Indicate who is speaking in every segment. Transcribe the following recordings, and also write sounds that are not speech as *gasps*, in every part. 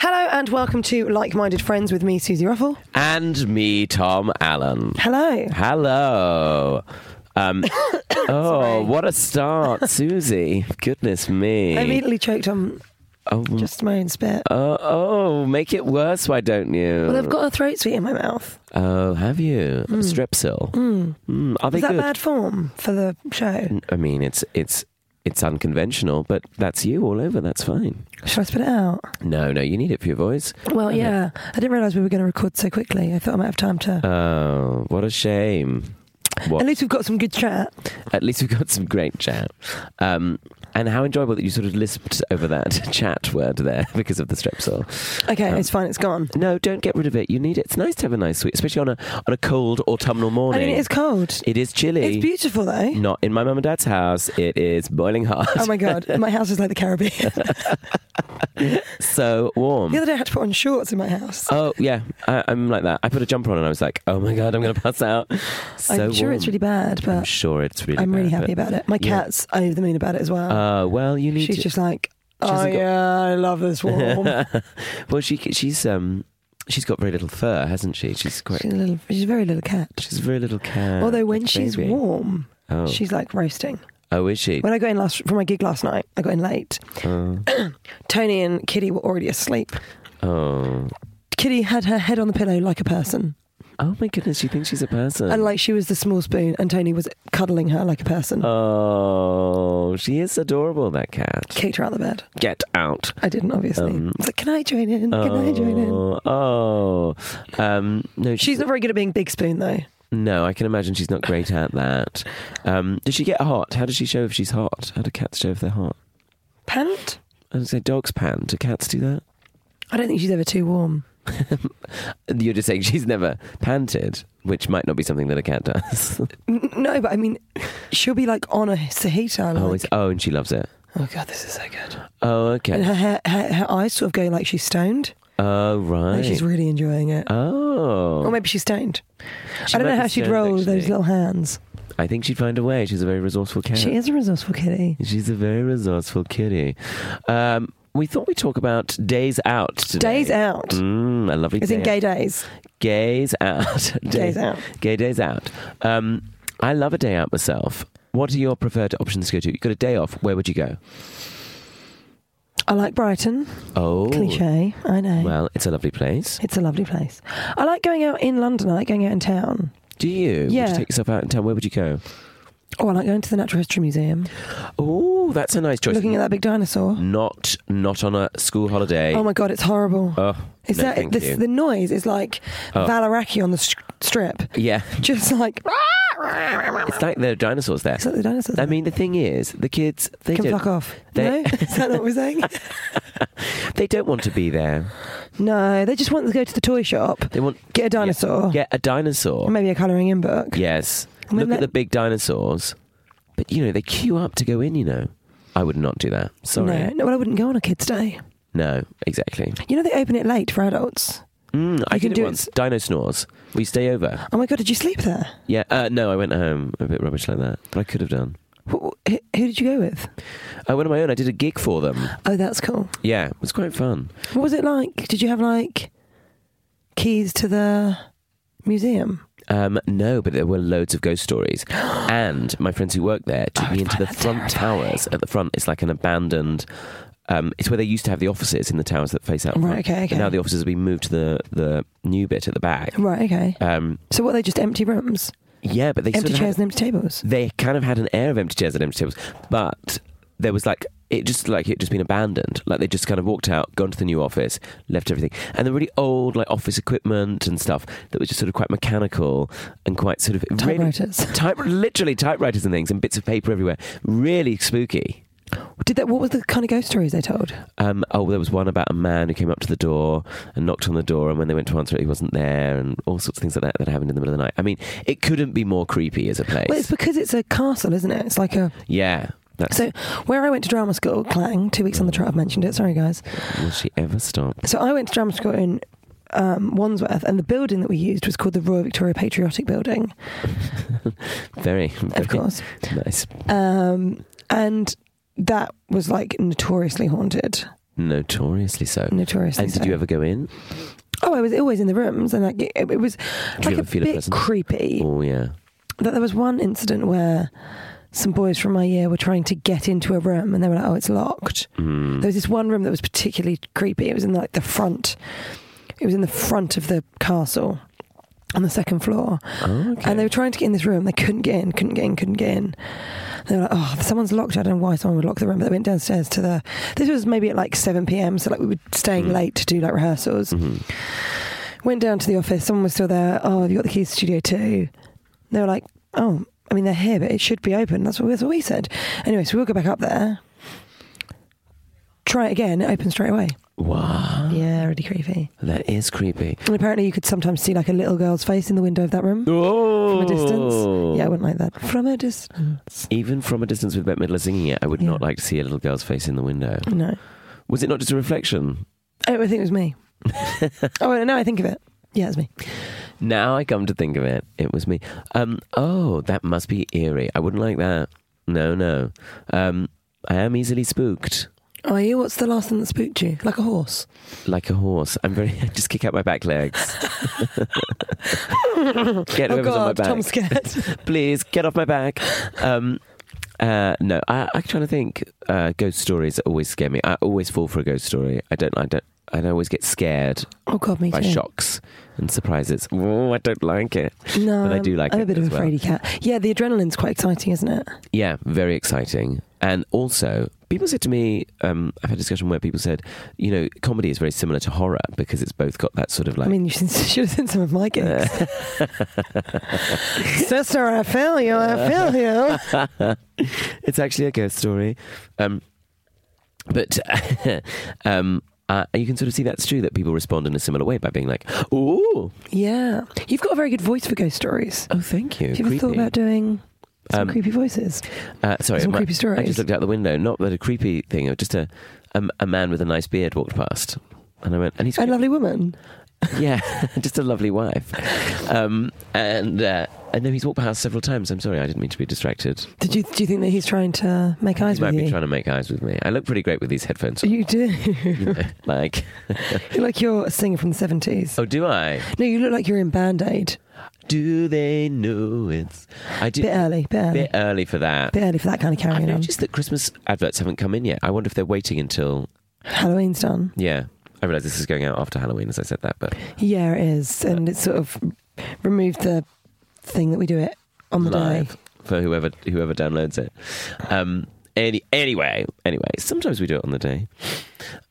Speaker 1: Hello and welcome to Like Minded Friends with me, Susie Ruffle.
Speaker 2: And me, Tom Allen.
Speaker 1: Hello.
Speaker 2: Hello.
Speaker 1: *coughs*
Speaker 2: Um,
Speaker 1: Sorry.
Speaker 2: oh, what
Speaker 1: *laughs*
Speaker 2: a start, Susie. Goodness me.
Speaker 1: I immediately choked on
Speaker 2: oh,
Speaker 1: just my own spit.
Speaker 2: oh, oh, make it worse, why don't you?
Speaker 1: Well, I've got a throat sweet in my mouth.
Speaker 2: oh, have you? Strepsil. Mm. Are they
Speaker 1: Hmm. Is that
Speaker 2: good?
Speaker 1: bad form for the show?
Speaker 2: I mean, it's it's it's unconventional, but that's you all over. That's fine.
Speaker 1: Shall I spit it out?
Speaker 2: No, no, you need it for your voice.
Speaker 1: Well, yeah. I didn't realise we were going to record so quickly. I thought I might have time to.
Speaker 2: Oh, what a shame. What?
Speaker 1: At least we've got some good chat.
Speaker 2: At least we've got some great chat. Um, and how enjoyable that you sort of lisped over that *laughs* chat word there because of the strepsil.
Speaker 1: Okay,
Speaker 2: Um,
Speaker 1: it's fine. It's gone.
Speaker 2: No, don't get rid of it. You need it. It's nice to have a nice sweet, especially on a on a cold autumnal
Speaker 1: I
Speaker 2: morning.
Speaker 1: mean, it's cold.
Speaker 2: It is chilly.
Speaker 1: It's beautiful though.
Speaker 2: Not in my mum and dad's house. It is boiling hot.
Speaker 1: Oh my god, my house is like the Caribbean.
Speaker 2: *laughs* so warm.
Speaker 1: the other day I had to put on shorts in my house.
Speaker 2: Oh yeah, I, I'm like that. I put a jumper on and I was like, oh my god, I'm gonna pass out. So
Speaker 1: I'm sure it's
Speaker 2: warm.
Speaker 1: really bad,
Speaker 2: I'm
Speaker 1: but
Speaker 2: sure it's really.
Speaker 1: I'm really
Speaker 2: bad,
Speaker 1: happy
Speaker 2: but-
Speaker 1: about it. My
Speaker 2: Yeah.
Speaker 1: cat's over the moon about it as well.
Speaker 2: Uh, well, you need.
Speaker 1: She's
Speaker 2: to,
Speaker 1: just like, oh
Speaker 2: hasn't got-
Speaker 1: yeah, I love this warm.
Speaker 2: *laughs* well, she she's um she's got very little fur, hasn't she? She's quite
Speaker 1: she's, a little, she's a very little cat.
Speaker 2: she's a very little cat.
Speaker 1: Although when
Speaker 2: little
Speaker 1: she's
Speaker 2: baby.
Speaker 1: warm,
Speaker 2: oh,
Speaker 1: she's like roasting.
Speaker 2: oh, is she?
Speaker 1: When I got in last from my gig last night, I got in late.
Speaker 2: Oh,
Speaker 1: Tony and Kitty were already asleep.
Speaker 2: oh,
Speaker 1: Kitty had her head on the pillow like a person,
Speaker 2: oh my goodness, you think she's a person?
Speaker 1: and like she was the small spoon, and Tony was cuddling her like a person.
Speaker 2: oh, she is adorable. That cat.
Speaker 1: Kicked her out of the bed.
Speaker 2: Get out.
Speaker 1: I didn't, obviously.
Speaker 2: Um,
Speaker 1: I was like, can I join in? Can I join in?
Speaker 2: Oh, oh, um, no,
Speaker 1: She's not very good at being big spoon though.
Speaker 2: No, I can imagine she's not great at that. Um, does she get hot? How does she show if she's hot? How do cats show if they're hot?
Speaker 1: Pant?
Speaker 2: I would say dogs pan. Do cats do that?
Speaker 1: I don't think she's ever too warm.
Speaker 2: You're just saying she's never panted, which might not be something that a cat does.
Speaker 1: N- No, but I mean, she'll be like on a Sahita. Like,
Speaker 2: *laughs* oh, it's, oh, and she loves it.
Speaker 1: oh god, this is so good.
Speaker 2: Oh,
Speaker 1: And
Speaker 2: okay.
Speaker 1: her, hair, her her eyes sort of go like she's stoned.
Speaker 2: Oh,
Speaker 1: Like
Speaker 2: right.
Speaker 1: she's really enjoying it.
Speaker 2: oh.
Speaker 1: Or maybe she's stoned.
Speaker 2: She
Speaker 1: I don't
Speaker 2: might
Speaker 1: know
Speaker 2: be
Speaker 1: how she'd
Speaker 2: stoned,
Speaker 1: roll those
Speaker 2: actually.
Speaker 1: little hands.
Speaker 2: I think she'd find a way. She's a very resourceful cat.
Speaker 1: She is a resourceful kitty.
Speaker 2: She's a very resourceful kitty. Um, we thought we'd talk about days out today.
Speaker 1: Days out.
Speaker 2: Mm, a lovely
Speaker 1: It's
Speaker 2: day
Speaker 1: in
Speaker 2: out.
Speaker 1: gay days.
Speaker 2: Gays out. *laughs*
Speaker 1: Days out.
Speaker 2: Gay days out. Um, I love a day out myself. What are your preferred options to go to? You got a day off. Where would you go?
Speaker 1: I like Brighton.
Speaker 2: Oh,
Speaker 1: Cliche, I know.
Speaker 2: Well, it's a lovely place.
Speaker 1: it's a lovely place. I like going out in London. I like going out in town.
Speaker 2: Do you? Would you
Speaker 1: Yeah.
Speaker 2: take yourself out in town? Where would you go?
Speaker 1: Oh, I like going to the Natural History Museum,
Speaker 2: Oh, that's a nice choice.
Speaker 1: looking at that big dinosaur.
Speaker 2: Mm, Not, not on a school holiday.
Speaker 1: Oh my god, it's horrible.
Speaker 2: Oh,
Speaker 1: Is
Speaker 2: no,
Speaker 1: that
Speaker 2: thank
Speaker 1: this,
Speaker 2: you.
Speaker 1: the noise? Is like
Speaker 2: Oh.
Speaker 1: Valaraki on the st- strip,
Speaker 2: yeah,
Speaker 1: just like
Speaker 2: it's like there are dinosaurs there.
Speaker 1: it's like the dinosaurs.
Speaker 2: I mean, the thing is, the kids they
Speaker 1: can
Speaker 2: don't,
Speaker 1: fuck off. *laughs*
Speaker 2: they-
Speaker 1: no, is that what we're saying?
Speaker 2: they don't want to be there.
Speaker 1: *laughs* no, they just want to go to the toy shop,
Speaker 2: They want
Speaker 1: get a dinosaur,
Speaker 2: get a dinosaur.
Speaker 1: or maybe a colouring in book.
Speaker 2: Yes.
Speaker 1: And then
Speaker 2: Look at
Speaker 1: let-
Speaker 2: the big dinosaurs. But you know, they queue up to go in, you know. I would not do that. Sorry.
Speaker 1: No, no, well, I wouldn't go on a kids' day.
Speaker 2: No, exactly.
Speaker 1: You know they open it late for adults.
Speaker 2: Mm, I
Speaker 1: can
Speaker 2: did it
Speaker 1: do it
Speaker 2: once. Dino snores. We stay over.
Speaker 1: Oh my god, did you sleep there?
Speaker 2: Yeah. Uh, no, I went home. A bit rubbish like that, but I could have done.
Speaker 1: Who, who who did you go with?
Speaker 2: I went on my own. I did a gig for them.
Speaker 1: Oh, that's cool.
Speaker 2: Yeah, it was quite fun.
Speaker 1: What was it like? Did you have like keys to the museum?
Speaker 2: Um, no, but there were loads of ghost
Speaker 1: *gasps*
Speaker 2: stories. And my friends who work there
Speaker 1: Oh,
Speaker 2: took me into the front towers. At the front, it's like an abandoned. Um, it's where they used to have the offices in the towers that face out.
Speaker 1: Right,
Speaker 2: front.
Speaker 1: okay,
Speaker 2: But
Speaker 1: okay.
Speaker 2: now the offices have been moved to the, the new bit at the back.
Speaker 1: Right, okay.
Speaker 2: Um,
Speaker 1: So what? They just empty rooms,
Speaker 2: yeah, but they
Speaker 1: empty
Speaker 2: sort of had-
Speaker 1: chairs, and empty tables.
Speaker 2: they kind of had an air of empty chairs and empty tables, but there was like it just like it just been abandoned. Like they just kind of walked out, gone to the new office, left everything, and the really old like office equipment and stuff that was just sort of quite mechanical and quite sort of really-
Speaker 1: Typewriters.
Speaker 2: type literally typewriters and things and bits of paper everywhere, really spooky.
Speaker 1: Did that? What was the kind of ghost stories they told?
Speaker 2: Um, oh, there was one about a man who came up to the door and knocked on the door, and when they went to answer it, he wasn't there, and all sorts of things like that that happened in the middle of the night. I mean, it couldn't be more creepy as a place.
Speaker 1: Well, it's because it's a castle, isn't it? It's like a.
Speaker 2: yeah, that's
Speaker 1: So where I went to drama school, Clang, two weeks on the trot. I've mentioned it. Sorry, guys.
Speaker 2: Will she ever stop?
Speaker 1: So I went to drama school in um, Wandsworth, and the building that we used was called the Royal Victoria Patriotic Building,
Speaker 2: Very, very
Speaker 1: of course.
Speaker 2: nice.
Speaker 1: Um, and that was like notoriously haunted.
Speaker 2: Notoriously so.
Speaker 1: Notoriously.
Speaker 2: and did
Speaker 1: so.
Speaker 2: you ever go in?
Speaker 1: Oh, I was always in the rooms, and like it, it was
Speaker 2: you
Speaker 1: like
Speaker 2: ever
Speaker 1: a
Speaker 2: feel a
Speaker 1: bit
Speaker 2: presence?
Speaker 1: creepy.
Speaker 2: Oh yeah.
Speaker 1: That there was one incident where some boys from my year were trying to get into a room, and they were like, "Oh, it's locked."
Speaker 2: Mm.
Speaker 1: There was this one room that was particularly creepy. It was in like the front. It was in the front of the castle, on the second floor,
Speaker 2: Oh, okay.
Speaker 1: and they were trying to get in this room. They couldn't get in, couldn't get in, couldn't get in. They were like, oh, someone's locked. I don't know why someone would lock the room. But they went downstairs to the. This was maybe at like 7 p.m. So like we were staying
Speaker 2: Mm.
Speaker 1: late to do like rehearsals.
Speaker 2: Mm-hmm.
Speaker 1: Went down to the office. Someone was still there. Oh, have you got the keys to Studio 2? They were like, oh, I mean, they're here, but it should be open. That's what, that's what we said. Anyway, so we'll go back up there. Try it again. It opened straight away.
Speaker 2: wow.
Speaker 1: Yeah, really creepy.
Speaker 2: That is creepy.
Speaker 1: And apparently, you could sometimes see like a little girl's face in the window of that room
Speaker 2: Oh.
Speaker 1: from a distance. Yeah, I wouldn't like that. From a distance.
Speaker 2: Even from a distance with Bette Midler singing it, I would
Speaker 1: Yeah.
Speaker 2: not like to see a little girl's face in the window.
Speaker 1: No.
Speaker 2: Was it not just a reflection?
Speaker 1: Oh, I think it was
Speaker 2: *laughs*
Speaker 1: me. oh, no, I think of it. Yeah, it's me.
Speaker 2: Now I come to think of it, it was me. Um, oh, that must be eerie. I wouldn't like that. No, no. Um, I am easily spooked.
Speaker 1: Are you? Oh, What's the last thing that spooked you? Like a horse.
Speaker 2: like a horse. I'm very. *laughs* I just kick out my
Speaker 1: *laughs*
Speaker 2: back legs. get
Speaker 1: oh,
Speaker 2: whoever's on my
Speaker 1: God,
Speaker 2: back.
Speaker 1: Tom's
Speaker 2: *laughs*
Speaker 1: scared.
Speaker 2: Please get off my back. Um, uh, no, I, I'm trying to think. Uh, ghost stories always scare me. I always fall for a ghost story. I don't. I don't. I always get scared
Speaker 1: oh, God, me
Speaker 2: by
Speaker 1: too.
Speaker 2: shocks and surprises. Oh, I don't like it.
Speaker 1: No,
Speaker 2: But I do like
Speaker 1: I'm
Speaker 2: it
Speaker 1: a bit of
Speaker 2: as
Speaker 1: a
Speaker 2: well.
Speaker 1: fraidy cat. Yeah, the adrenaline's quite exciting, isn't it?
Speaker 2: Yeah, very exciting. And also, people said to me, um, I've had a discussion where people said, you know, comedy is very similar to horror because it's both got that sort of like. *laughs*
Speaker 1: I mean, you should, *laughs* should have seen some of my gigs. Sister, I feel you.
Speaker 2: *laughs*
Speaker 1: I feel you.
Speaker 2: it's actually a ghost story. Um, but *laughs* um, uh, you can sort of see that's true that people respond in a similar way by being like, "Oh,
Speaker 1: Yeah. You've got a very good voice for ghost stories.
Speaker 2: oh, thank you."
Speaker 1: Have you ever thought
Speaker 2: Creepy.
Speaker 1: about doing some
Speaker 2: Um,
Speaker 1: creepy voices?
Speaker 2: Uh, sorry,
Speaker 1: some
Speaker 2: my-
Speaker 1: creepy
Speaker 2: I just
Speaker 1: stories?
Speaker 2: looked out the window. Not that a creepy thing. Just a a, a man with a nice beard walked past, and I went, and he's *laughs*
Speaker 1: A lovely woman.
Speaker 2: yeah, *laughs* just a lovely wife. Um, and uh, and then he's walked past several times. I'm sorry, I didn't mean to be distracted.
Speaker 1: Did you, do you think that he's trying to make eyes
Speaker 2: He might
Speaker 1: with
Speaker 2: be
Speaker 1: you?
Speaker 2: trying to make eyes with me. I look pretty great with these headphones. on,
Speaker 1: You do.
Speaker 2: you know, *laughs* like,
Speaker 1: *laughs* You're like you're a singer from the 70s.
Speaker 2: oh, do I?
Speaker 1: No, you look like you're in Band Aid.
Speaker 2: Do they know it's? I do.
Speaker 1: Bit early, bit early.
Speaker 2: Bit early for that.
Speaker 1: Bit early for that kind of
Speaker 2: I've
Speaker 1: carrying on.
Speaker 2: noticed that Christmas adverts haven't come in yet. I wonder if they're waiting until.
Speaker 1: Halloween's done.
Speaker 2: Yeah, I realise this is going out after Halloween, as I said that, but
Speaker 1: Yeah, it is.
Speaker 2: Uh,
Speaker 1: And it's sort of removed the thing that we do it on the
Speaker 2: live
Speaker 1: day.
Speaker 2: for whoever whoever downloads it. Um, any anyway, anyway, sometimes we do it on the day.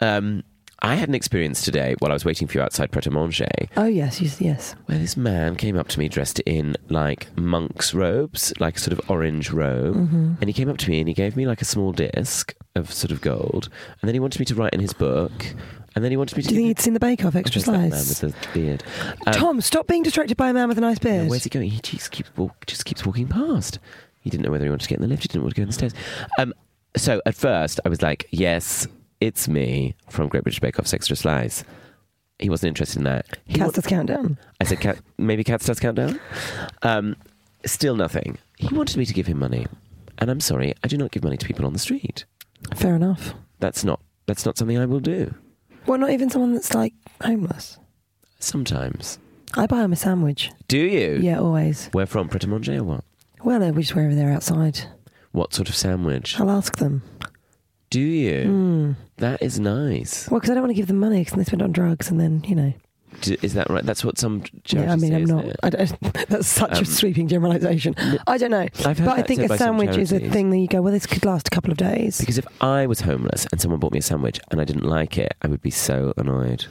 Speaker 2: Um, I had an experience today while I was waiting for you outside Pret a Manger,
Speaker 1: Oh, yes, yes, yes.
Speaker 2: where this man came up to me dressed in like monk's robes, like a sort of orange robe.
Speaker 1: Mm-hmm.
Speaker 2: And he came up to me and he gave me like a small disc of sort of gold. And then he wanted me to write in his book. And then he wanted me to
Speaker 1: Do you
Speaker 2: give
Speaker 1: think you'd seen the Bake Off Extra
Speaker 2: Just that man
Speaker 1: Slice?
Speaker 2: with the beard. Um,
Speaker 1: Tom, stop being distracted by a man with a nice
Speaker 2: now,
Speaker 1: beard.
Speaker 2: where's he going? He just keeps walk, just keeps walking past. He didn't know whether he wanted to get in the lift. He didn't want to go in the stairs. Um, so at first, I was like, "Yes, it's me from Great British Bake Off Extra Slice. He wasn't interested in that. He
Speaker 1: Cast us countdown.
Speaker 2: I said, Cat, maybe Cats does count down. Um, still nothing. He wanted me to give him money, and I'm sorry, I do not give money to people on the street.
Speaker 1: Fair enough.
Speaker 2: That's not that's not something I will do.
Speaker 1: Well, not even someone that's like homeless.
Speaker 2: Sometimes.
Speaker 1: I buy them a sandwich.
Speaker 2: Do you?
Speaker 1: Yeah, always.
Speaker 2: Where from? Pret a manger or what?
Speaker 1: Well, they're just wherever they're outside.
Speaker 2: What sort of sandwich?
Speaker 1: I'll ask them.
Speaker 2: Do you? That is nice.
Speaker 1: Well, because I don't want to give them money because they spend it on drugs and then, you know.
Speaker 2: D is that right? That's what some charities
Speaker 1: yeah, I mean,
Speaker 2: do,
Speaker 1: I'm
Speaker 2: isn't
Speaker 1: not.
Speaker 2: it?
Speaker 1: I don't, *laughs* that's such
Speaker 2: Um,
Speaker 1: a sweeping generalization. I don't know.
Speaker 2: I've heard
Speaker 1: but I
Speaker 2: that
Speaker 1: think
Speaker 2: said
Speaker 1: a
Speaker 2: by some
Speaker 1: sandwich is a
Speaker 2: charities.
Speaker 1: thing that you go, well, this could last a couple of days.
Speaker 2: Because if I was homeless and someone bought me a sandwich and I didn't like it, I would be so annoyed.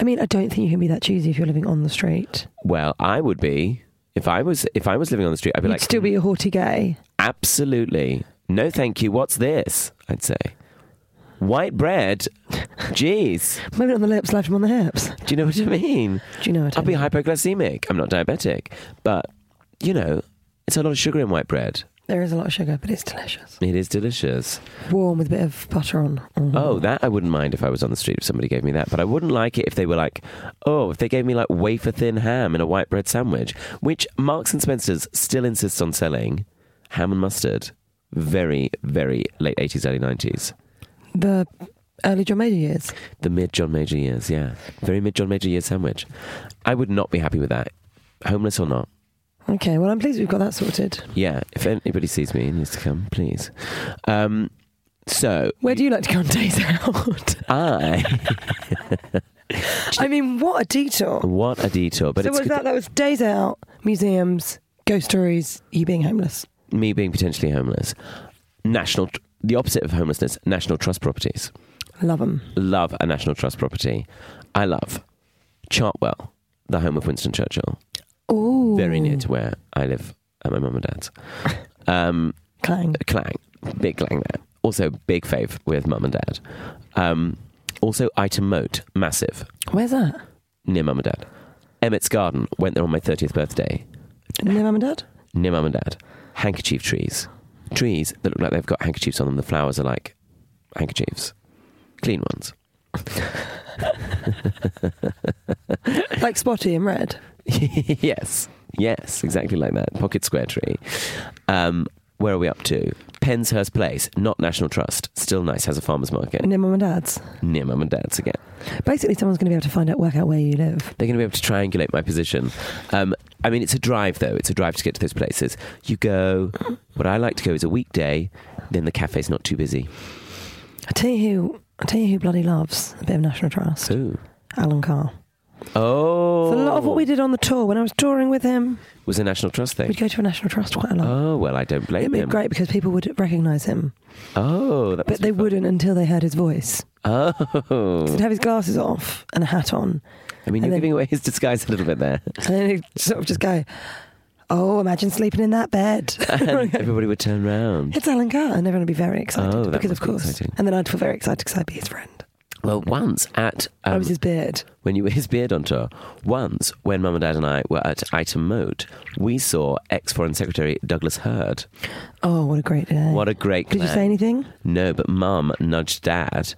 Speaker 1: I mean, I don't think you can be that choosy if you're living on the street.
Speaker 2: Well, I would be. If I was if I was living on the street, I'd be
Speaker 1: You'd
Speaker 2: like
Speaker 1: still be a haughty gay.
Speaker 2: Absolutely. No, thank you. What's this? I'd say. White bread? Jeez.
Speaker 1: Maybe not on the lips, left them on the hips.
Speaker 2: Do you
Speaker 1: *laughs*
Speaker 2: know what I mean?
Speaker 1: Do you know what I
Speaker 2: I'll be
Speaker 1: mean?
Speaker 2: hypoglycemic. I'm not diabetic. But, you know, it's a lot of sugar in white bread.
Speaker 1: There is a lot of sugar, but it's delicious.
Speaker 2: It is delicious.
Speaker 1: Warm with a bit of butter on. Mm.
Speaker 2: Oh, that I wouldn't mind if I was on the street if somebody gave me that. But I wouldn't like it if they were like, oh, if they gave me like wafer thin ham in a white bread sandwich, which Marks and Spencer's still insists on selling ham and mustard. Very, very late 80s, early 90s.
Speaker 1: The early John Major years.
Speaker 2: The mid John Major years, yeah. Very mid John Major years sandwich. I would not be happy with that. Homeless or not.
Speaker 1: Okay, well, I'm pleased we've got that sorted.
Speaker 2: Yeah, if anybody sees me and needs to come, please. Um, so,
Speaker 1: Where do you like to go on days *laughs* out? *laughs*
Speaker 2: I.
Speaker 1: I mean, what a detour.
Speaker 2: What a detour. But
Speaker 1: so
Speaker 2: it's
Speaker 1: was that that was days out, museums, ghost stories, you being homeless.
Speaker 2: me being potentially homeless. National. tr- The opposite of homelessness, national trust properties.
Speaker 1: Love them.
Speaker 2: Love a national trust property. I love Chartwell, the home of Winston Churchill,
Speaker 1: Ooh,
Speaker 2: very near to where I live at my mum and dad's. Um,
Speaker 1: clang.
Speaker 2: clang, big clang there. Also, big fave with mum and dad. Um, also, Item Moat, massive,
Speaker 1: Where's that?
Speaker 2: near mum and dad. Emmett's Garden, went there on my 30th birthday,
Speaker 1: Near mum and dad.
Speaker 2: near mum and dad. Handkerchief trees. Trees that look like they've got handkerchiefs on them. The flowers are like handkerchiefs, clean ones. *laughs*
Speaker 1: Like spotty and red.
Speaker 2: yes, yes, exactly like that. Pocket square tree. Um, where are we up to? Penshurst Place, not National Trust. Still nice, has a farmer's market.
Speaker 1: Near mum and dad's.
Speaker 2: Near mum and dad's again.
Speaker 1: Basically, someone's going to be able to find out, work out where you live.
Speaker 2: they're going to be able to triangulate my position. Um, I mean, it's a drive though. It's a drive to get to those places. You go. What I like to go is a weekday. Then the cafe's not too busy.
Speaker 1: I tell you who. I tell you who bloody loves a bit of National Trust.
Speaker 2: Ooh.
Speaker 1: Alan Carr.
Speaker 2: Oh,
Speaker 1: So a lot of what we did on the tour when I was touring with him,
Speaker 2: was a national trust thing.
Speaker 1: we'd go to a National Trust quite a lot.
Speaker 2: Oh well, I don't blame
Speaker 1: It'd be
Speaker 2: him.
Speaker 1: great because people would recognise him,
Speaker 2: Oh, that
Speaker 1: but
Speaker 2: must be
Speaker 1: they
Speaker 2: fun.
Speaker 1: wouldn't until they heard his voice.
Speaker 2: Oh,
Speaker 1: He'd have his glasses off and a hat on,
Speaker 2: I mean,
Speaker 1: and
Speaker 2: you're
Speaker 1: then-
Speaker 2: giving away his disguise a little
Speaker 1: *laughs*
Speaker 2: bit there. *laughs*
Speaker 1: and then he'd sort of just go, "Oh, imagine sleeping in that bed."
Speaker 2: *laughs*
Speaker 1: *laughs*
Speaker 2: And everybody would turn round.
Speaker 1: It's Alan Carr, and everyone would be very excited
Speaker 2: Oh, that
Speaker 1: because, of
Speaker 2: must be
Speaker 1: course,
Speaker 2: exciting.
Speaker 1: and then I'd feel very excited because I'd be his friend.
Speaker 2: Well, once at
Speaker 1: I
Speaker 2: um,
Speaker 1: was his beard.
Speaker 2: when you were his beard on tour. Once, when Mum and Dad and I were at Item Mode, we saw ex Foreign Secretary Douglas Hurd.
Speaker 1: Oh, what a great day!
Speaker 2: What a great
Speaker 1: Did you
Speaker 2: clan.
Speaker 1: say anything?
Speaker 2: No, but Mum nudged Dad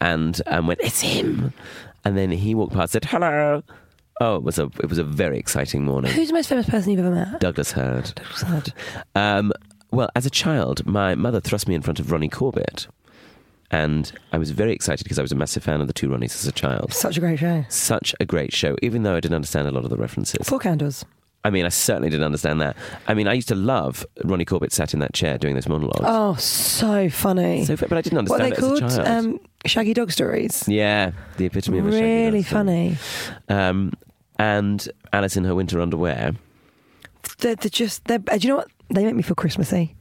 Speaker 2: and um, went, "It's him!" And then he walked past, said, "Hello." Oh, it was a it was a very exciting morning.
Speaker 1: Who's the most famous person you've ever met?
Speaker 2: Douglas Hurd.
Speaker 1: Sad.
Speaker 2: Um, well, as a child, my mother thrust me in front of Ronnie Corbett, and I was very excited because I was a massive fan of the two Ronnies as a child.
Speaker 1: Such a great show.
Speaker 2: Such a great show, even though I didn't understand a lot of the references.
Speaker 1: Four candles.
Speaker 2: I mean, I certainly didn't understand that. I mean, I used to love Ronnie Corbett sat in that chair doing those monologues.
Speaker 1: Oh, so funny.
Speaker 2: So, but I didn't
Speaker 1: what are
Speaker 2: understand
Speaker 1: they
Speaker 2: it
Speaker 1: called?
Speaker 2: as a child.
Speaker 1: Um, Shaggy Dog Stories.
Speaker 2: Yeah, the epitome of a Shaggy
Speaker 1: really
Speaker 2: Dog story.
Speaker 1: funny.
Speaker 2: Um, and Alice in her winter underwear,
Speaker 1: They're, they're just. They're, uh, do you know what? They make me feel Christmassy.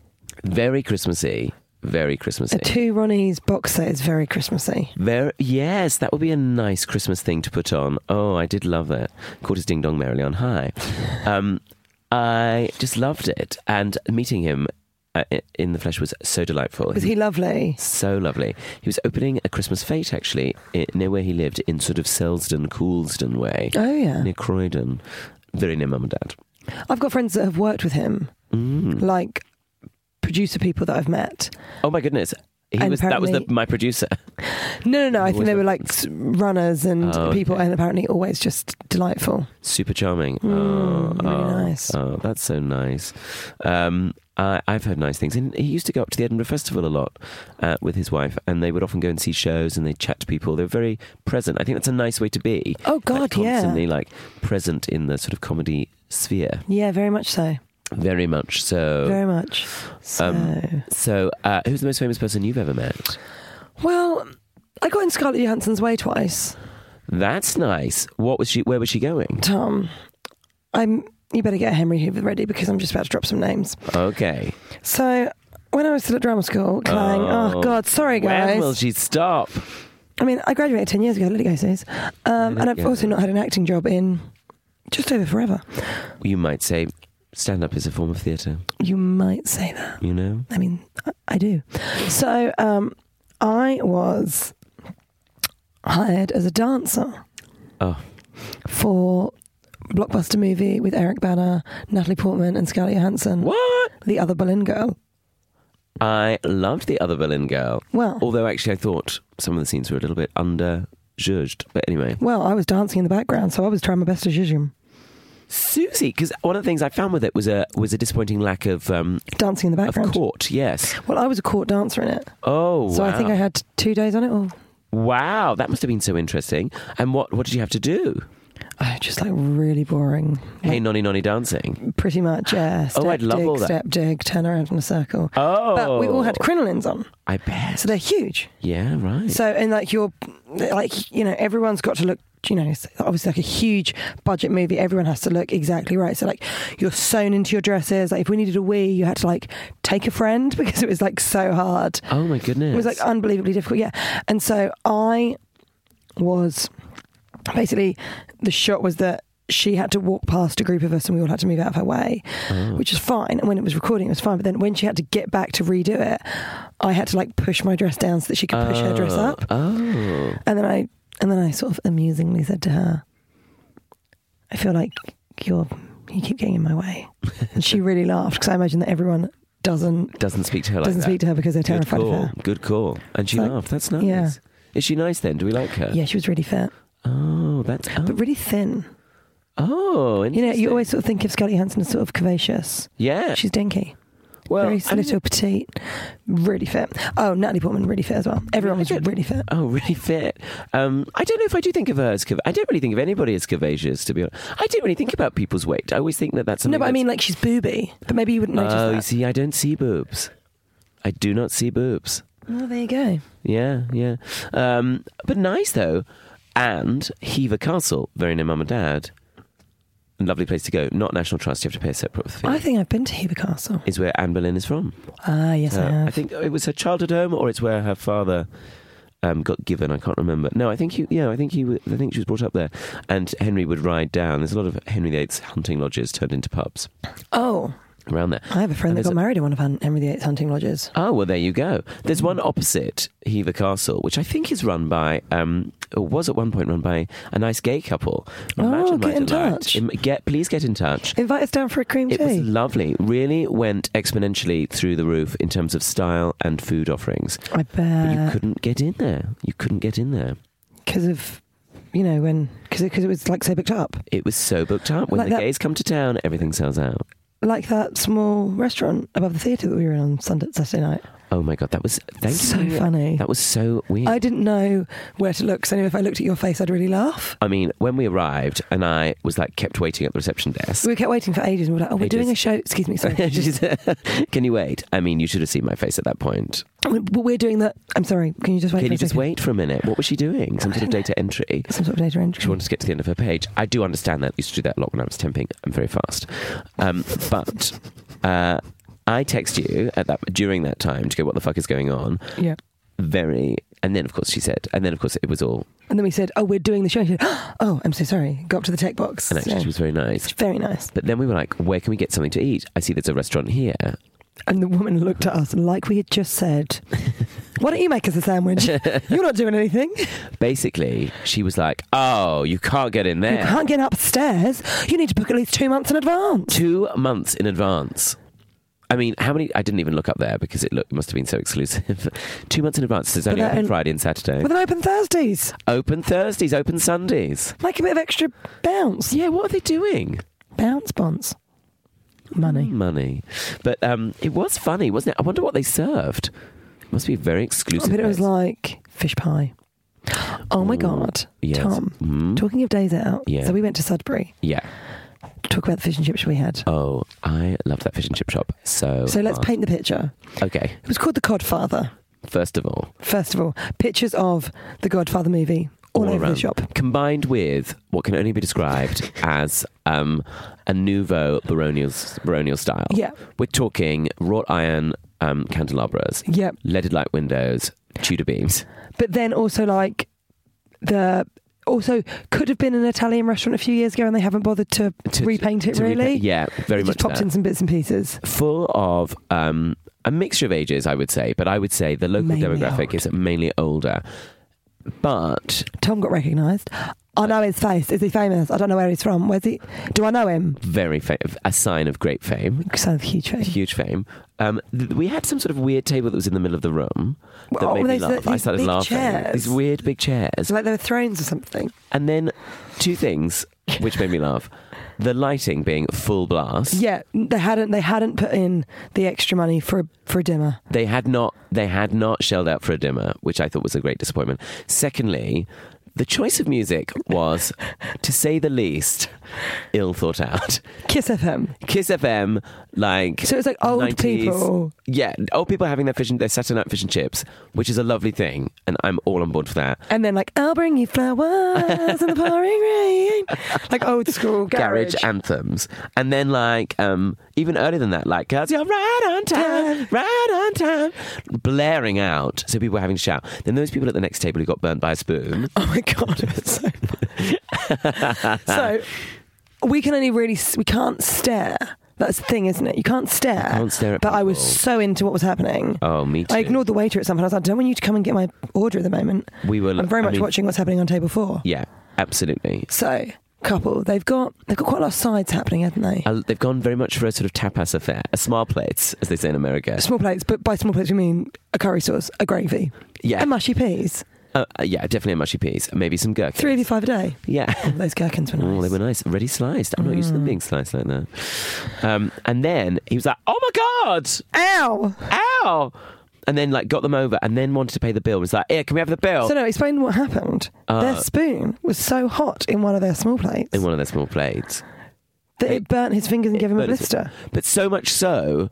Speaker 2: very Christmassy, very Christmassy.
Speaker 1: A two Ronnie's box set is very Christmassy.
Speaker 2: Very, yes, that would be a nice Christmas thing to put on. Oh, I did love that. Caught his ding dong merrily
Speaker 1: *laughs*
Speaker 2: on high. Um, I just loved it, and meeting him uh, i- in the flesh was so delightful.
Speaker 1: Was he lovely?
Speaker 2: So lovely. He was opening a Christmas fete actually i- near where he lived in sort of Selsdon, Coolsden way,
Speaker 1: Oh yeah.
Speaker 2: near Croydon, very near mum and dad.
Speaker 1: I've got friends that have worked with him,
Speaker 2: Mm.
Speaker 1: like producer people that I've met.
Speaker 2: Oh my goodness. He
Speaker 1: And
Speaker 2: was that was the,
Speaker 1: apparently-
Speaker 2: my producer.
Speaker 1: No, no, no. I think
Speaker 2: Always
Speaker 1: they were
Speaker 2: the-
Speaker 1: like s- runners and
Speaker 2: Oh, okay.
Speaker 1: people, and apparently always just delightful.
Speaker 2: Super charming.
Speaker 1: Mm,
Speaker 2: oh,
Speaker 1: really
Speaker 2: oh,
Speaker 1: nice.
Speaker 2: Oh, that's so nice. Um, I, I've heard nice things, and he used to go up to the Edinburgh Festival a lot uh, with his wife, and they would often go and see shows, and they would chat to people. They're very present. I think that's a nice way to be.
Speaker 1: Oh God,
Speaker 2: like,
Speaker 1: yeah,
Speaker 2: constantly like present in the sort of comedy sphere.
Speaker 1: yeah, very much so,
Speaker 2: Very much so.
Speaker 1: very much. So,
Speaker 2: Oh. Um, so, uh, who's the most famous person you've ever met?
Speaker 1: well, I got in Scarlett Johansson's way twice,
Speaker 2: That's nice. What was she? Where was she going?
Speaker 1: Tom. I'm. You better get Henry Hoover ready because I'm just about to drop some names.
Speaker 2: Okay.
Speaker 1: So. When I was still at drama school, Clang. Oh, God, sorry guys.
Speaker 2: When will she stop?
Speaker 1: I mean, I graduated 10 years ago, let it go, sis. Um, and I've
Speaker 2: go,
Speaker 1: also
Speaker 2: sis.
Speaker 1: not had an acting job in just over forever.
Speaker 2: You might say stand up is a form of theatre.
Speaker 1: You might say that.
Speaker 2: You know.
Speaker 1: I mean, I, I do. So um, I was hired as a dancer
Speaker 2: Oh,
Speaker 1: for blockbuster movie with Eric Banner, Natalie Portman, and Scarlett Johansson.
Speaker 2: what?
Speaker 1: The other Berlin girl.
Speaker 2: I loved the other Berlin girl.
Speaker 1: Well,
Speaker 2: Although actually, I thought some of the scenes were a little bit under judged. But anyway,
Speaker 1: well, I was dancing in the background, so I was trying my best to zhuzh him.
Speaker 2: Susie, because one of the things I found with it was a was a disappointing lack of um,
Speaker 1: Dancing in the
Speaker 2: of
Speaker 1: background.
Speaker 2: court. Yes.
Speaker 1: Well, I was a court dancer in it,
Speaker 2: Oh,
Speaker 1: so I think
Speaker 2: wow.
Speaker 1: I had two days on it. Or
Speaker 2: Wow, that must have been so interesting. And what what did you have to do?
Speaker 1: oh, just like really boring.
Speaker 2: Hey, nonny, nonny dancing.
Speaker 1: Pretty much, yeah. Step,
Speaker 2: Oh, I'd love
Speaker 1: dig,
Speaker 2: all that.
Speaker 1: Step, dig, turn around in a circle.
Speaker 2: Oh,
Speaker 1: But we all had crinolines on,
Speaker 2: I bet.
Speaker 1: so they're huge.
Speaker 2: yeah, right.
Speaker 1: So, and like you're, like, you know, everyone's got to look, you know, it's obviously like a huge budget movie, everyone has to look exactly right. So, like, you're sewn into your dresses. Like, if we needed a wee, you had to, like, take a friend *laughs* because it was, like, so hard.
Speaker 2: oh my goodness.
Speaker 1: It was like unbelievably difficult, yeah. And so I was basically the shot was that she had to walk past a group of us and we all had to move out of her way,
Speaker 2: Oh.
Speaker 1: which is fine. And when it was recording, it was fine. But then when she had to get back to redo it, I had to like push my dress down so that she could push her dress up.
Speaker 2: Oh,
Speaker 1: And then I and then I sort of amusingly said to her, "I feel like you're you keep getting in my way." and she really laughed because I imagine that everyone doesn't
Speaker 2: doesn't speak to her like
Speaker 1: doesn't
Speaker 2: that.
Speaker 1: speak to her because they're
Speaker 2: Good
Speaker 1: terrified
Speaker 2: call.
Speaker 1: of her.
Speaker 2: Good call. And she
Speaker 1: Like,
Speaker 2: laughed. That's nice.
Speaker 1: yeah.
Speaker 2: Is she nice then? Do we like her?
Speaker 1: Yeah, she was really fit.
Speaker 2: Oh, that's oh,
Speaker 1: but really thin.
Speaker 2: oh
Speaker 1: You know,
Speaker 2: interesting.
Speaker 1: you always sort of think of Scarlett Johansson as sort of curvaceous.
Speaker 2: yeah.
Speaker 1: She's dinky,
Speaker 2: well,
Speaker 1: very
Speaker 2: I mean,
Speaker 1: little petite, really fit. Oh, Natalie Portman really fit as well. Everyone was
Speaker 2: Really good.
Speaker 1: really fit.
Speaker 2: Oh, really fit. Um, I don't know if I do think of her as. Curv- I don't really think of anybody as curvaceous, to be honest. I don't really think about people's weight. I always think that that's
Speaker 1: No,
Speaker 2: something
Speaker 1: but I
Speaker 2: that's-
Speaker 1: mean, like she's booby, but maybe you wouldn't notice
Speaker 2: oh, you
Speaker 1: that.
Speaker 2: see, I don't see boobs. I do not see boobs.
Speaker 1: Well, there you go.
Speaker 2: Yeah, yeah. Um, but nice though. And Hever Castle, very near Mum and Dad. Lovely place to go. Not National Trust. You have to pay a separate fee.
Speaker 1: I think I've been to Heber Castle.
Speaker 2: is where Anne Boleyn is from.
Speaker 1: Ah, yes, I
Speaker 2: Uh,
Speaker 1: have.
Speaker 2: I think it was her childhood home, or it's where her father um, got given. I can't remember. No, I think he. Yeah, I think he. wa- I think she was brought up there, and Henry would ride down. There's a lot of Henry VIII's hunting lodges turned into pubs
Speaker 1: oh,
Speaker 2: around there.
Speaker 1: I have a friend
Speaker 2: And
Speaker 1: that got
Speaker 2: there's
Speaker 1: married in one of Han- Henry VIII's hunting lodges.
Speaker 2: Oh well, there you go. There's one opposite Hever Castle, which I think is run by, um, or was at one point run by a nice gay couple.
Speaker 1: Oh,
Speaker 2: Imagine
Speaker 1: get
Speaker 2: my
Speaker 1: in
Speaker 2: delight.
Speaker 1: touch.
Speaker 2: Im- get please get in touch.
Speaker 1: Invite us down for a cream
Speaker 2: It was
Speaker 1: tea.
Speaker 2: lovely. Really went exponentially through the roof in terms of style and food offerings.
Speaker 1: I
Speaker 2: But you
Speaker 1: bet
Speaker 2: couldn't get in there. You couldn't get in there.
Speaker 1: because of you know when because it, 'cause it was like so booked up,
Speaker 2: It was so booked up. When
Speaker 1: Like
Speaker 2: the
Speaker 1: that-
Speaker 2: gays come to town, everything sells out.
Speaker 1: like that small restaurant above the theatre that we were in on Sunday Saturday night.
Speaker 2: Oh my god, that was thank
Speaker 1: so
Speaker 2: you.
Speaker 1: funny.
Speaker 2: That was so weird.
Speaker 1: I didn't know where to look. So anyway, if I looked at your face, I'd really laugh.
Speaker 2: I mean, when we arrived, and I was like kept waiting at the reception desk.
Speaker 1: So we kept waiting for ages, and we were like, "Oh, we're doing
Speaker 2: Ages.
Speaker 1: a show." Excuse me,
Speaker 2: *laughs*
Speaker 1: sorry.
Speaker 2: She said, Can you wait? I mean, you should have seen my face at that point.
Speaker 1: *laughs* We- but we're doing that. I'm sorry. Can you just wait?
Speaker 2: Can
Speaker 1: for
Speaker 2: you
Speaker 1: a
Speaker 2: just
Speaker 1: second?
Speaker 2: wait for a minute? What was she doing? Some sort of data entry.
Speaker 1: Some sort of data
Speaker 2: She
Speaker 1: entry.
Speaker 2: wanted to get to the end of her page. I do understand that. I used to do that a lot when I was temping. I'm very fast. Um, but uh, I text you at that during that time to go, what the fuck is going on?
Speaker 1: Yeah.
Speaker 2: Very. And then, of course, she said. And then, of course, it was all.
Speaker 1: And then we said, "Oh, we're doing the show." And she said, *gasps* "Oh, I'm so sorry." Got up to the tech box.
Speaker 2: And actually,
Speaker 1: So,
Speaker 2: she was very nice.
Speaker 1: it's very nice.
Speaker 2: But then we were like, where can we get something to eat? I see there's a restaurant here.
Speaker 1: And the woman looked at us like we had just
Speaker 2: *laughs*
Speaker 1: said, "Why don't you make us a sandwich? You're not doing anything.
Speaker 2: Basically, she was like, oh, you can't get in
Speaker 1: You
Speaker 2: there.
Speaker 1: can't get upstairs. You need to book at least two months in advance."
Speaker 2: Two months in advance. I mean, how many? I didn't even look up there because it looked, must have been so exclusive. *laughs* Two months in advance. So it's only
Speaker 1: they're
Speaker 2: open
Speaker 1: in-
Speaker 2: Friday and Saturday.
Speaker 1: With an open Thursdays,
Speaker 2: open Thursdays, open Sundays.
Speaker 1: make a bit of extra bounce,
Speaker 2: Yeah, what are they doing? Mm,
Speaker 1: bounce bonds, money.
Speaker 2: Money. But um, it was funny, wasn't it? I wonder what they served. It must be a very exclusive.
Speaker 1: but it was
Speaker 2: place.
Speaker 1: like fish pie. Oh my god,
Speaker 2: yes.
Speaker 1: Tom!
Speaker 2: Mm.
Speaker 1: Talking of days out,
Speaker 2: Yeah.
Speaker 1: so we went to Sudbury.
Speaker 2: Yeah.
Speaker 1: Talk about the fish and chips we had.
Speaker 2: Oh, I love that fish and chip shop. So.
Speaker 1: so let's
Speaker 2: much.
Speaker 1: paint the picture.
Speaker 2: Okay.
Speaker 1: It was called The Godfather.
Speaker 2: First of all,
Speaker 1: First of all, pictures of the Godfather movie all, over the
Speaker 2: around.
Speaker 1: shop.
Speaker 2: Combined with what can only
Speaker 1: *laughs*
Speaker 2: be described as um, a nouveau baronial, baronial style.
Speaker 1: Yeah.
Speaker 2: We're talking wrought iron um, candelabras,
Speaker 1: Yep.
Speaker 2: leaded light windows, Tudor beams.
Speaker 1: But then also like the also could have been an Italian restaurant a few years ago and they haven't bothered to,
Speaker 2: To-
Speaker 1: repaint it
Speaker 2: to repa-
Speaker 1: really.
Speaker 2: yeah, very
Speaker 1: They
Speaker 2: much
Speaker 1: just popped
Speaker 2: that.
Speaker 1: in some bits and pieces.
Speaker 2: Full of um, a mixture of ages, I would say, but I would say the local
Speaker 1: Mainly
Speaker 2: demographic
Speaker 1: old.
Speaker 2: is mainly older. But
Speaker 1: Tom got recognised. I know his face. Is he famous? I don't know where he's from. Where's he? Do I know him?
Speaker 2: very fa- a sign of great fame,
Speaker 1: Sounds huge face.
Speaker 2: huge fame. Um, th- we had some sort of weird table that was in the middle of the room that
Speaker 1: Well,
Speaker 2: made me
Speaker 1: those-
Speaker 2: laugh. I
Speaker 1: Oh, these
Speaker 2: started
Speaker 1: big
Speaker 2: laughing.
Speaker 1: chairs.
Speaker 2: These weird big chairs,
Speaker 1: It's like there were thrones or something.
Speaker 2: and then two things which made me laugh: the lighting being full blast.
Speaker 1: Yeah, they hadn't they hadn't put in the extra money for for a dinner.
Speaker 2: They had not they had not shelled out for a dimmer, which I thought was a great disappointment. Secondly, the choice of music was, to say the least, ill thought out.
Speaker 1: Kiss FM.
Speaker 2: Kiss FM, like
Speaker 1: So it's like old
Speaker 2: 90s.
Speaker 1: people.
Speaker 2: Yeah, old people having their fish and their Saturday night fish and chips, which is a lovely thing, and I'm all on board for that.
Speaker 1: And then like, I'll bring you flowers in the pouring rain.
Speaker 2: *laughs*
Speaker 1: Like old school garage.
Speaker 2: Garage anthems, and then like um, even earlier than that, like "Cause you're right on time, right on time," blaring out, so people were having to shout. Then those people at the next table who got burnt by a spoon.
Speaker 1: oh my god, it was
Speaker 2: *laughs*
Speaker 1: so funny. So we can only really s- we can't stare. That's the thing, isn't it? You can't stare.
Speaker 2: can't stare at
Speaker 1: but I was
Speaker 2: people.
Speaker 1: so into what was happening.
Speaker 2: Oh, me too.
Speaker 1: I ignored the waiter at some point. I was like, I don't want you to come and get my order at the moment.
Speaker 2: We were.
Speaker 1: I'm very
Speaker 2: I
Speaker 1: much
Speaker 2: mean,
Speaker 1: watching what's happening on table four.
Speaker 2: Yeah, absolutely.
Speaker 1: So, couple, they've got they've got quite a lot of sides happening, haven't they?
Speaker 2: Uh, they've gone very much for a sort of tapas affair, a small plates, as they say in America.
Speaker 1: small plates, but by small plates we mean a curry sauce, a gravy,
Speaker 2: Yeah,
Speaker 1: and mushy peas.
Speaker 2: uh, uh, yeah, definitely a mushy peas, maybe some gherkin.
Speaker 1: Three eighty five a day.
Speaker 2: *laughs* Yeah.
Speaker 1: Those gherkins were nice.
Speaker 2: Oh, they were nice, ready sliced. I'm not used to
Speaker 1: Mm.
Speaker 2: them being sliced like that. Um, and then he was like, "Oh my god,
Speaker 1: Ow!
Speaker 2: ow!" And then like got them over, and then wanted to pay the bill. Was like, "Here, can we have the bill?"
Speaker 1: So no, explain what happened. their spoon was so hot in one of their small plates
Speaker 2: Uh, in one of their small plates.
Speaker 1: that it burnt his fingers and gave him a
Speaker 2: But it's-
Speaker 1: blister.
Speaker 2: But so much so,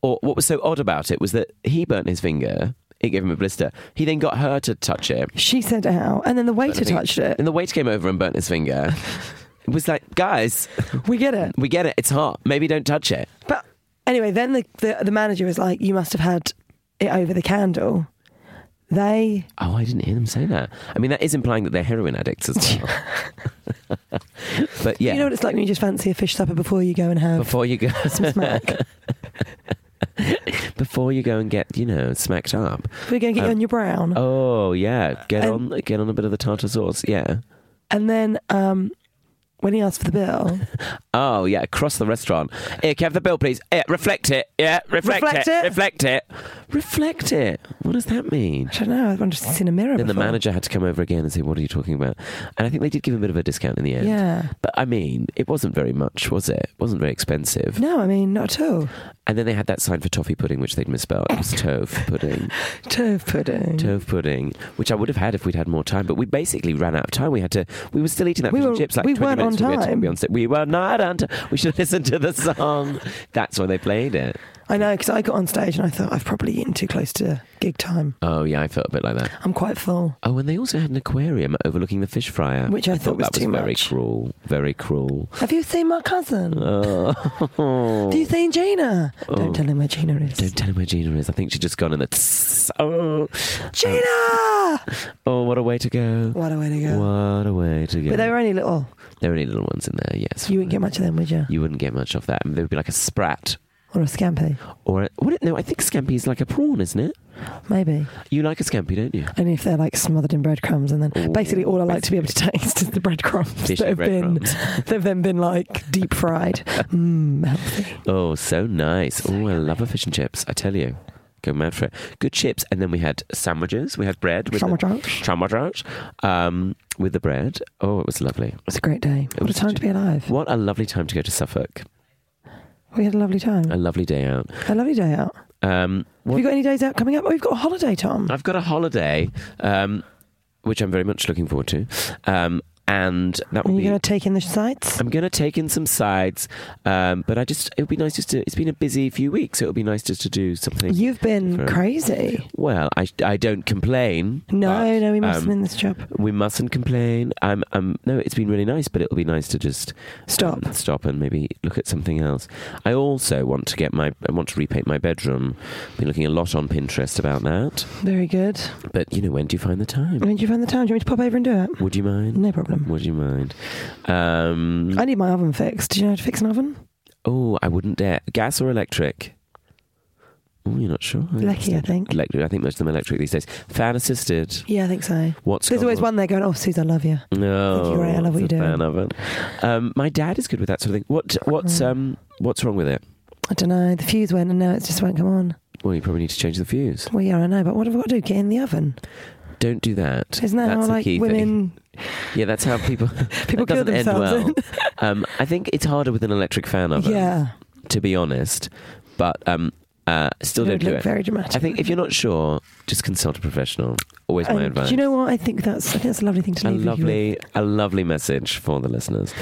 Speaker 2: or what was so odd about it was that he burnt his finger. It gave him a blister. He then got her to touch it.
Speaker 1: She said ow, and then the waiter
Speaker 2: I think-
Speaker 1: touched it.
Speaker 2: And the waiter came over and burnt his finger.
Speaker 1: *laughs*
Speaker 2: it was like, guys,
Speaker 1: We get it.
Speaker 2: we get it. It's hot. Maybe don't touch it.
Speaker 1: But anyway, then the, the, the manager was like, You must have had it over the candle. They
Speaker 2: Oh, I didn't hear them say that. I mean, that is implying that they're heroin addicts as well.
Speaker 1: *laughs*
Speaker 2: but yeah,
Speaker 1: you know what it's like when you just fancy a fish supper before you go and have
Speaker 2: before you go,
Speaker 1: *laughs*
Speaker 2: *laughs*
Speaker 1: some smack.
Speaker 2: before you go and get you know smacked up.
Speaker 1: We're gonna get
Speaker 2: *laughs*
Speaker 1: you
Speaker 2: Um,
Speaker 1: on your brown.
Speaker 2: Oh yeah, get
Speaker 1: And-
Speaker 2: on get on a bit of the tartar sauce. Yeah.
Speaker 1: And then um, when he asked for the bill,
Speaker 2: Oh yeah, across the restaurant. Here, can I have the bill, please? Yeah, reflect it. Yeah, reflect,
Speaker 1: Reflect it.
Speaker 2: Reflect it. Reflect it. What does that mean?
Speaker 1: I don't know, I've just seen a mirror.
Speaker 2: Then the
Speaker 1: before.
Speaker 2: manager had to come over again and say, "What are you talking about?" And I think they did give him a bit of a discount in the end.
Speaker 1: Yeah.
Speaker 2: But I mean, it wasn't very much, was it? It wasn't very expensive.
Speaker 1: No, I mean not at all.
Speaker 2: And then they had that sign for toffee pudding, which they'd misspelled. It was tove pudding.
Speaker 1: Turf pudding.
Speaker 2: Tove pudding, which I would have had if we'd had more time, but we basically ran out of time. We had to, we were still eating that
Speaker 1: We
Speaker 2: fish and
Speaker 1: were-
Speaker 2: chips like
Speaker 1: we
Speaker 2: 20
Speaker 1: weren't
Speaker 2: minutes
Speaker 1: on
Speaker 2: before we had to
Speaker 1: time.
Speaker 2: be on set. We were not on time. We should *laughs* listen to the song. That's why they played it.
Speaker 1: I know because I got on stage and I thought I've probably eaten too close to gig time.
Speaker 2: Oh, yeah, I felt a bit like that.
Speaker 1: I'm quite full.
Speaker 2: Oh, and they also had an aquarium overlooking the fish fryer.
Speaker 1: Which I thought was
Speaker 2: that
Speaker 1: too
Speaker 2: was very
Speaker 1: much.
Speaker 2: cruel. Very cruel.
Speaker 1: Have you seen my cousin?
Speaker 2: Oh.
Speaker 1: Have you seen Gina? Don't tell him where Gina is.
Speaker 2: Don't tell him where Gina is. I think she's just gone in the. tss. Oh,
Speaker 1: Gina!
Speaker 2: oh, what a way to go.
Speaker 1: What a way to go.
Speaker 2: What a way to go.
Speaker 1: But they were only little.
Speaker 2: There were only little ones in there, yes.
Speaker 1: You wouldn't get much of them, would you?
Speaker 2: You wouldn't get much of that. I mean, there would be like a sprat
Speaker 1: Or a scampi.
Speaker 2: Or what? No, I think scampi is like a prawn, isn't it?
Speaker 1: Maybe.
Speaker 2: You like a scampi, don't you?
Speaker 1: Only if they're like smothered in breadcrumbs, and then
Speaker 2: Ooh.
Speaker 1: basically all I like to be able to *laughs* taste is the breadcrumbs
Speaker 2: Fish
Speaker 1: that have
Speaker 2: breadcrumbs.
Speaker 1: been *laughs* they've then been like deep
Speaker 2: *laughs*
Speaker 1: fried. Mmm, healthy.
Speaker 2: Oh, so nice. Oh, I love a fish and chips. I tell you. Go mad for it. Good chips. And then we had sandwiches. We had bread. With
Speaker 1: Sandwiches.
Speaker 2: The, sandwiches, um, with the bread. Oh, it was lovely.
Speaker 1: It's a great day. What a
Speaker 2: was
Speaker 1: time to be alive.
Speaker 2: What a lovely time to go to Suffolk.
Speaker 1: We had a lovely time.
Speaker 2: A lovely day out.
Speaker 1: A lovely day out.
Speaker 2: Um,
Speaker 1: Have
Speaker 2: what,
Speaker 1: you got any days out coming up? Oh, we've got a holiday, Tom.
Speaker 2: I've got a holiday, um, which I'm very much looking forward to. Um, and that
Speaker 1: Are
Speaker 2: will
Speaker 1: you
Speaker 2: be.
Speaker 1: going to take in the sights?
Speaker 2: I'm gonna take in some sides, um, but I just it would be nice just to. It's been a busy few weeks, so it would be nice just to do something.
Speaker 1: You've been
Speaker 2: For-
Speaker 1: crazy.
Speaker 2: Well, I, I don't complain.
Speaker 1: No,
Speaker 2: but,
Speaker 1: no, we must
Speaker 2: um,
Speaker 1: have been in this job.
Speaker 2: We mustn't complain. I'm, um, no, it's been really nice, but it'll be nice to just
Speaker 1: Stop.
Speaker 2: um, stop, and maybe look at something else. I also want to get my, I want to repaint my bedroom. Been looking a lot on Pinterest about that,
Speaker 1: Very good.
Speaker 2: but you know, when do you find the time?
Speaker 1: When did you find the time? Do you want me to pop over and do it?
Speaker 2: Would you mind?
Speaker 1: Mm. No problem.
Speaker 2: Would you mind? Um,
Speaker 1: I need my oven fixed. Do you know how to fix an oven?
Speaker 2: oh, I wouldn't dare. Gas or electric? Oh, you're not sure.
Speaker 1: Lucky, I think.
Speaker 2: Electric. I think most of them are electric these days. Fan assisted.
Speaker 1: Yeah, I think so.
Speaker 2: What's
Speaker 1: There's
Speaker 2: gone
Speaker 1: always
Speaker 2: on?
Speaker 1: one there going, oh, Suze, I love you.
Speaker 2: No,
Speaker 1: Thank you, Ray. I love what
Speaker 2: it's
Speaker 1: you're
Speaker 2: a
Speaker 1: doing.
Speaker 2: Fan of it. Um, my dad is good with that sort of thing. What what's um what's wrong with it?
Speaker 1: I don't know. The fuse went and now it just won't come on.
Speaker 2: Well, you probably need to change the fuse.
Speaker 1: Well, yeah, I know, but what have I got to do? Get in the oven.
Speaker 2: Don't do that.
Speaker 1: Isn't that
Speaker 2: that's
Speaker 1: how
Speaker 2: the
Speaker 1: like
Speaker 2: key Thing.
Speaker 1: women
Speaker 2: *laughs* Yeah, that's how people
Speaker 1: *laughs* people
Speaker 2: that
Speaker 1: kill
Speaker 2: doesn't end
Speaker 1: themselves?
Speaker 2: well.
Speaker 1: *laughs*
Speaker 2: *laughs* um, I think it's harder with an electric fan oven.
Speaker 1: yeah,
Speaker 2: To be honest, but um uh still
Speaker 1: it
Speaker 2: don't
Speaker 1: would
Speaker 2: do
Speaker 1: look
Speaker 2: it.
Speaker 1: very dramatic.
Speaker 2: I think if you're not sure, just consult a professional. Always my
Speaker 1: And
Speaker 2: advice.
Speaker 1: Do you know what? I think that's I think that's a lovely thing to
Speaker 2: a
Speaker 1: leave. you with.
Speaker 2: lovely a lovely message for the listeners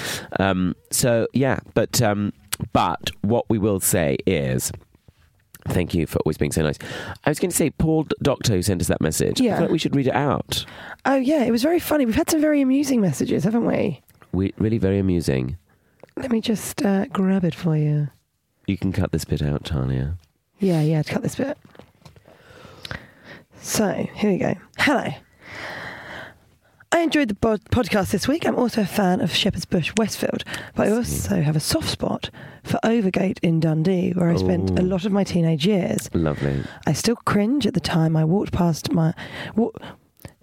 Speaker 2: um, so yeah but um, but what we will say is Thank you for always being so nice. I was going to say, Paul Doctor, who sent us that message, I
Speaker 1: Yeah.
Speaker 2: feel like we should read it out.
Speaker 1: Oh yeah, it was very funny. We've had some very amusing messages, haven't we?
Speaker 2: We really very amusing.
Speaker 1: Let me just uh, grab it for you.
Speaker 2: You can cut this bit out, Talia.
Speaker 1: Yeah, yeah, to cut this bit. So, here we go. Hello. I enjoyed the bod- podcast this week. I'm also a fan of Shepherd's Bush, Westfield, but I also have a soft spot for Overgate in Dundee, where I spent a
Speaker 2: Ooh.
Speaker 1: lot of my teenage years.
Speaker 2: Lovely.
Speaker 1: I still cringe at the time I walked past my. Wa-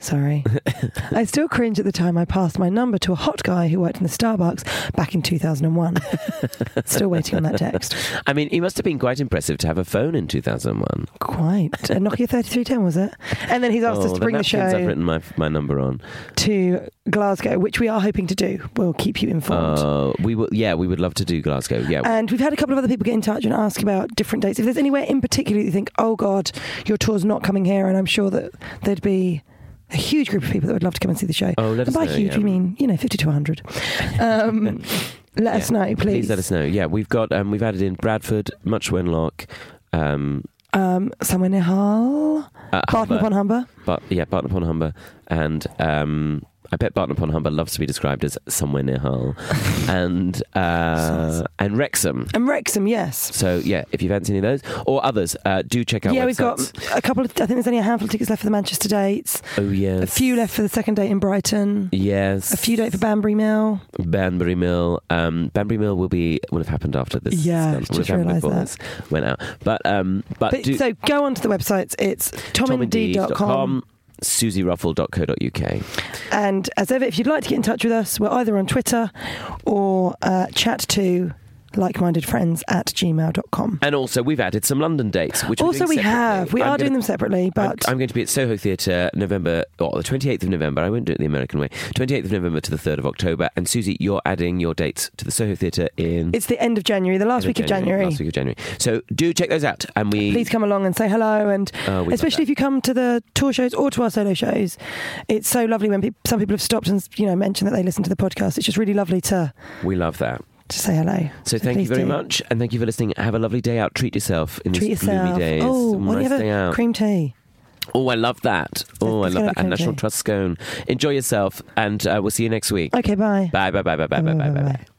Speaker 1: Sorry. I still cringe at the time I passed my number to a hot guy who worked in the Starbucks back in 2001. still waiting on that text.
Speaker 2: I mean, it must have been quite impressive to have a phone in 2001.
Speaker 1: Quite. A Nokia 3310, was it? And then he's asked us to
Speaker 2: oh, the
Speaker 1: bring the
Speaker 2: napkins I've
Speaker 1: show
Speaker 2: written my, my number on.
Speaker 1: to Glasgow, which we are hoping to do. We'll keep you informed.
Speaker 2: Uh, we will, yeah, we would love to do Glasgow. Yeah,
Speaker 1: and we've had a couple of other people get in touch and ask about different dates. If there's anywhere in particular that you think, oh God, your tour's not coming here, and I'm sure that there'd be a huge group of people that would love to come and see the show.
Speaker 2: Oh, let
Speaker 1: and
Speaker 2: us
Speaker 1: by
Speaker 2: know,
Speaker 1: huge,
Speaker 2: yeah.
Speaker 1: we mean, you know, 50 to 100.
Speaker 2: *laughs*
Speaker 1: Um, let us know, please.
Speaker 2: let us know. Yeah, we've got um, we've added in Bradford, Much Wenlock, um,
Speaker 1: Um, somewhere near Hull,
Speaker 2: uh,
Speaker 1: Barton upon Humber.
Speaker 2: but yeah, Barton upon Humber, and um, I bet Barton upon Humber loves to be described as somewhere
Speaker 1: *laughs*
Speaker 2: near Hull, and uh, and Wrexham.
Speaker 1: And Wrexham, yes.
Speaker 2: So yeah, if you fancy any of those or others, uh, do check out.
Speaker 1: yeah,
Speaker 2: websites.
Speaker 1: we've got a couple of, I think there's only a handful of tickets left for the Manchester dates,
Speaker 2: oh yes,
Speaker 1: a few left for the second date in Brighton,
Speaker 2: Yes,
Speaker 1: a few date for Banbury Mill.
Speaker 2: Banbury Mill. Um, Banbury Mill will be would have happened after this.
Speaker 1: Yeah,
Speaker 2: would have
Speaker 1: just
Speaker 2: happened
Speaker 1: realised
Speaker 2: before
Speaker 1: that.
Speaker 2: this went out. But um, but,
Speaker 1: But
Speaker 2: do,
Speaker 1: so go onto the websites. It's tomanddeed.com.
Speaker 2: tomanddeed.com, susieruffle.co.uk.
Speaker 1: And as ever, if you'd like to get in touch with us, we're either on Twitter or uh, chat to likemindedfriends at gmail.com.
Speaker 2: And also, we've added some London dates, which
Speaker 1: Also,
Speaker 2: we're doing
Speaker 1: we
Speaker 2: separately.
Speaker 1: have. We
Speaker 2: I'm
Speaker 1: are
Speaker 2: gonna-
Speaker 1: doing them separately,
Speaker 2: I'm-
Speaker 1: but
Speaker 2: I'm, going to be at Soho Theatre November, or the 28th of November. I won't do it the American way. 28th of November to the 3rd of October. And Susie, you're adding your dates to the Soho Theatre in
Speaker 1: it's the end of January, the last
Speaker 2: end
Speaker 1: week of January.
Speaker 2: Last week of January. So do check those out. And we
Speaker 1: Please come along and say hello, and
Speaker 2: Oh, we love
Speaker 1: especially if
Speaker 2: that.
Speaker 1: you come to the tour shows or to our solo shows, it's so lovely when peop some people have stopped and you know mentioned that they listen to the podcast. It's just really lovely to
Speaker 2: we love that.
Speaker 1: to say hello.
Speaker 2: So thank you
Speaker 1: please
Speaker 2: very
Speaker 1: do.
Speaker 2: much, and thank you for listening. Have a lovely day out. Treat yourself in
Speaker 1: Treat
Speaker 2: these gloomy
Speaker 1: yourself.
Speaker 2: days.
Speaker 1: Oh,
Speaker 2: Some
Speaker 1: what do
Speaker 2: nice
Speaker 1: you have?
Speaker 2: day out.
Speaker 1: Cream tea.
Speaker 2: Oh, I love that. Oh, I
Speaker 1: It's gonna
Speaker 2: love that.
Speaker 1: be
Speaker 2: And
Speaker 1: crazy.
Speaker 2: National Trust scone. Enjoy yourself, and uh, we'll see you next week.
Speaker 1: Okay, bye.
Speaker 2: Bye, bye, bye, bye, bye, bye, bye, bye, bye.